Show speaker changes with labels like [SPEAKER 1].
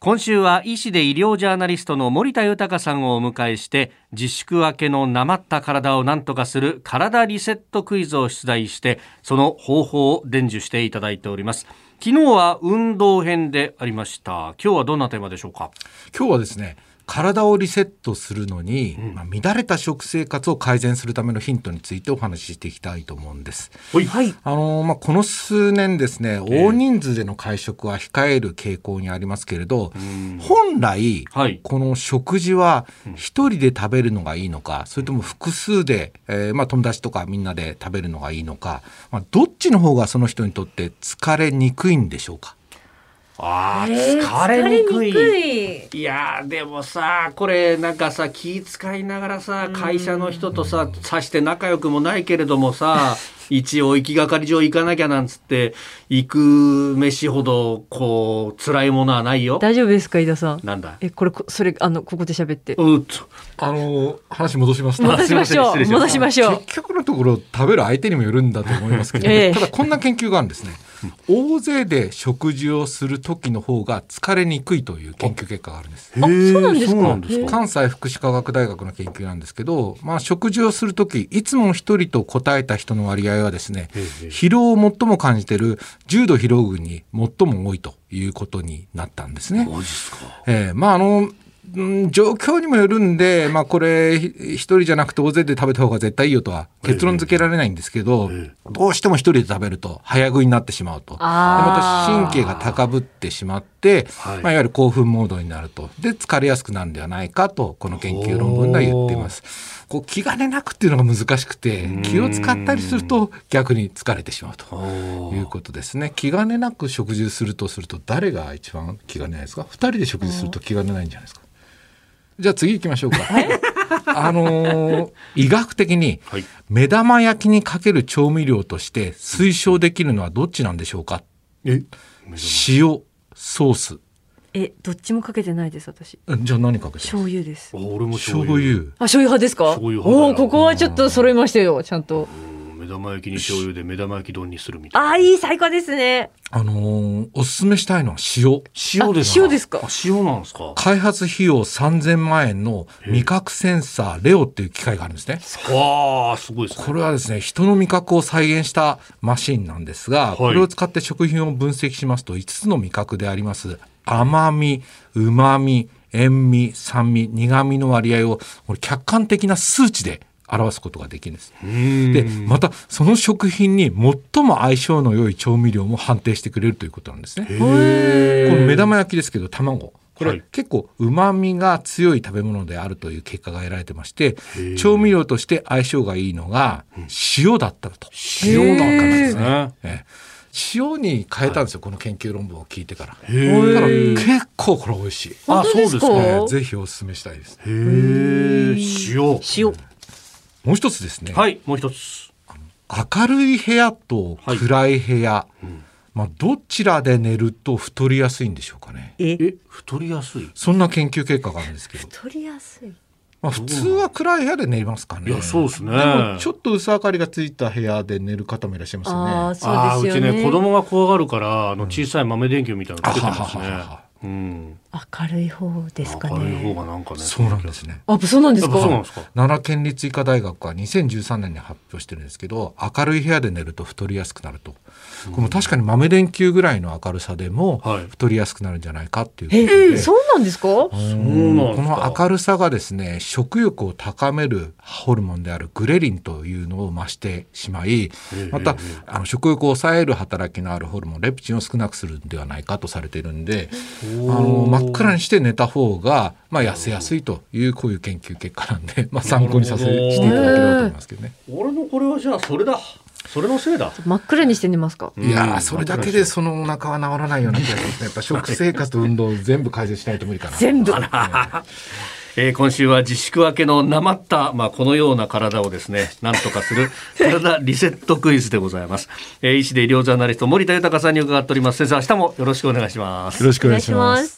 [SPEAKER 1] 今週は医師で医療ジャーナリストの森田豊さんをお迎えして自粛明けのなまった体をなんとかする体リセットクイズを出題してその方法を伝授していただいております昨日は運動編でありました今日はどんなテーマでしょうか
[SPEAKER 2] 今日はですね体をリセットするのに、まあ、乱れた食生活を改善するためのヒントについてお話ししていきたいと思うんです。
[SPEAKER 1] はい、
[SPEAKER 2] あのーまあ、この数年ですね、大人数での会食は控える傾向にありますけれど、本来、
[SPEAKER 1] はい
[SPEAKER 2] この食事は一人で食べるのがいいのか、それとも複数で、えーまあ、友達とかみんなで食べるのがいいのか、まあ、どっちの方がその人にとって疲れにくいんでしょうか
[SPEAKER 1] あー
[SPEAKER 3] えー
[SPEAKER 1] 疲れにくい
[SPEAKER 3] 疲れにくい
[SPEAKER 1] いやーでもさこれなんかさ気使いながらさ会社の人とささして仲良くもないけれども さ一応行きがかり上行かなきゃなんつって行く飯ほどこう辛いものはないよ
[SPEAKER 3] 大丈夫ですか、井田さん。
[SPEAKER 1] なんだ
[SPEAKER 3] え、これ、こそれ、あの、ここで喋って。
[SPEAKER 1] うっと
[SPEAKER 2] あの話戻します
[SPEAKER 3] 戻しましょ
[SPEAKER 1] すいません失
[SPEAKER 3] う。
[SPEAKER 1] 礼しま
[SPEAKER 3] 戻
[SPEAKER 1] し
[SPEAKER 3] したましょう。
[SPEAKER 2] 結局のところ食べる相手にもよるんだと思いますけど、
[SPEAKER 3] ええ
[SPEAKER 2] ただこんな研究があるんですね大勢で食事をする時の方が疲れにくいという研究結果があるんです
[SPEAKER 1] あそう
[SPEAKER 3] そうなんですか
[SPEAKER 2] 関西福祉科学大学の研究なんですけど、まあ、食事をする時いつも一人と答えた人の割合はですね
[SPEAKER 1] へえ
[SPEAKER 2] 疲労を最も感じている重度疲労群に最も多いということになったんですね。
[SPEAKER 1] マジっすか
[SPEAKER 2] えーまああのうん状況にもよるんで、まあ、これひ一人じゃなくて大勢で食べた方が絶対いいよとは結論付けられないんですけど、どうしても一人で食べると早食いになってしまうとでま
[SPEAKER 3] あ
[SPEAKER 2] た
[SPEAKER 3] ー
[SPEAKER 2] 神経が高ぶってしまって
[SPEAKER 1] はい
[SPEAKER 2] いまあ、いわゆる興奮モードになるとで疲れやすくなるんではないかとこの研究論文では言っています。こう気兼ねなくっていうのが難しくて気を使ったりすると逆に疲れてしまうということですね。気兼ねなく食事するとすると誰が一番気兼ねないですか？二人で食事すると気兼ねないんじゃないですか？じゃあ次行きましょうか。 あのー医学的に
[SPEAKER 1] はい
[SPEAKER 2] 目玉焼きにかける調味料として推奨できるのはどっちなんでしょうか？
[SPEAKER 1] え
[SPEAKER 2] 塩、ソース。
[SPEAKER 3] え、どっちもかけてないです、私。
[SPEAKER 2] えじゃあ何かけてます
[SPEAKER 3] 醤油です。あ、
[SPEAKER 1] 俺も
[SPEAKER 2] 醤
[SPEAKER 1] 醤
[SPEAKER 2] 油
[SPEAKER 1] 油
[SPEAKER 3] 醤油派ですか。
[SPEAKER 1] 醤油派だ
[SPEAKER 3] お
[SPEAKER 1] よ
[SPEAKER 3] おー、ここはちょっと揃えましたよ、ちゃんと。
[SPEAKER 1] 目玉焼きに醤油で目玉焼き丼にするみたいな
[SPEAKER 3] あー、いい、最高ですね。
[SPEAKER 2] あのーおすすめしたいのは塩。
[SPEAKER 1] 塩ですか
[SPEAKER 3] あ塩ですか
[SPEAKER 1] あ塩なんですか
[SPEAKER 2] 開発費用3000万円の味覚センサーレオっていう機械があるんですね。
[SPEAKER 1] わあすごいですね
[SPEAKER 2] これはですね、人の味覚を再現したマシンなんですが、
[SPEAKER 1] い
[SPEAKER 2] これを使って食品を分析しますと5つの味覚であります。甘み、旨み、塩味、酸味、苦味の割合をこれ客観的な数値で表すことができるんです。で、またその食品に最も相性の良い調味料も判定してくれるということなんですね。この目玉焼きですけど卵こ
[SPEAKER 1] は
[SPEAKER 2] れ
[SPEAKER 1] い
[SPEAKER 2] 結構うまみが強い食べ物であるという結果が得られてまして調味料として相性がいいのが塩だったと
[SPEAKER 3] 塩だったん
[SPEAKER 2] で
[SPEAKER 3] ですす
[SPEAKER 2] ね
[SPEAKER 1] ね
[SPEAKER 2] ええ塩に変えたんですよこの研究論文を聞いてからただ
[SPEAKER 1] へ
[SPEAKER 2] 結構これ美味しい
[SPEAKER 3] 本当ですか。
[SPEAKER 1] あそう
[SPEAKER 2] ええぜひおすすめしたいです
[SPEAKER 1] え塩
[SPEAKER 3] 塩。
[SPEAKER 2] もう一つですね
[SPEAKER 1] はいもう一つ
[SPEAKER 2] 明るい部屋と暗い部屋まあどちらで寝ると太りやすいんでしょうかね
[SPEAKER 3] え、
[SPEAKER 1] え太りやすい
[SPEAKER 2] そんな研究結果があるんですけど
[SPEAKER 3] 取りやすい。
[SPEAKER 2] まあ、普通は暗い部屋で寝ますか
[SPEAKER 1] い
[SPEAKER 2] ね。
[SPEAKER 1] やそうですね
[SPEAKER 2] でもちょっと薄明かりがついた部屋で寝る方もいらっしゃいます
[SPEAKER 3] あ
[SPEAKER 2] よ
[SPEAKER 3] あ、
[SPEAKER 2] ね。
[SPEAKER 1] ああ
[SPEAKER 3] そう
[SPEAKER 1] う
[SPEAKER 3] です
[SPEAKER 1] ち
[SPEAKER 3] よね。
[SPEAKER 1] ね子供が怖がるからあの小さい豆電球みたいなのつけてま
[SPEAKER 2] は
[SPEAKER 1] す
[SPEAKER 2] はは
[SPEAKER 1] ね
[SPEAKER 2] は
[SPEAKER 1] うん
[SPEAKER 3] 明るい方ですか
[SPEAKER 1] 明るい方
[SPEAKER 3] ね。
[SPEAKER 1] がなんかね
[SPEAKER 2] そうなんですね。
[SPEAKER 3] あ、そうなんで
[SPEAKER 1] や
[SPEAKER 3] す
[SPEAKER 1] っぱそうなん
[SPEAKER 3] か
[SPEAKER 1] で。すか
[SPEAKER 2] 奈良県立医科大学は2013年に発表してるんですけど明るい部屋で寝ると太りやすくなると、これも確かに豆電球ぐらいの明るさでも
[SPEAKER 1] はい
[SPEAKER 2] 太りやすくなるんじゃないかっていうことで、
[SPEAKER 3] え、そうなんですか。
[SPEAKER 1] そうなん
[SPEAKER 2] こ
[SPEAKER 1] です
[SPEAKER 2] の
[SPEAKER 1] か
[SPEAKER 2] 明るさがですね食欲を高めるホルモンであるグレリンというのを増してしまい
[SPEAKER 1] え
[SPEAKER 2] また
[SPEAKER 1] え
[SPEAKER 2] あの食欲を抑える働きのあるホルモンレプチンを少なくするんではないかとされているんであの真っ暗にして寝た方が、まあ、痩せやすいというこういう研究結果なんで、まあ、参考にさせ
[SPEAKER 1] なるほど
[SPEAKER 2] していただければと思いますけどね。
[SPEAKER 1] 俺のこれはじゃあそれだそれのせいだ
[SPEAKER 3] 真っ暗にして寝ますか。
[SPEAKER 2] いやーそれだけでそのお腹は治らないような気がしますね。やっぱ食生活と運動を全部改善しないと無理かな。
[SPEAKER 3] 全部。
[SPEAKER 1] えー今週は自粛明けのなまった、まあ、このような体をですね、なんとかす る体リセットクイズでございます。えー医師で医療ジャーナリスト森田豊さんに伺っております。先生、明日もよろしくお願いします。
[SPEAKER 2] よろしく
[SPEAKER 3] お願いします。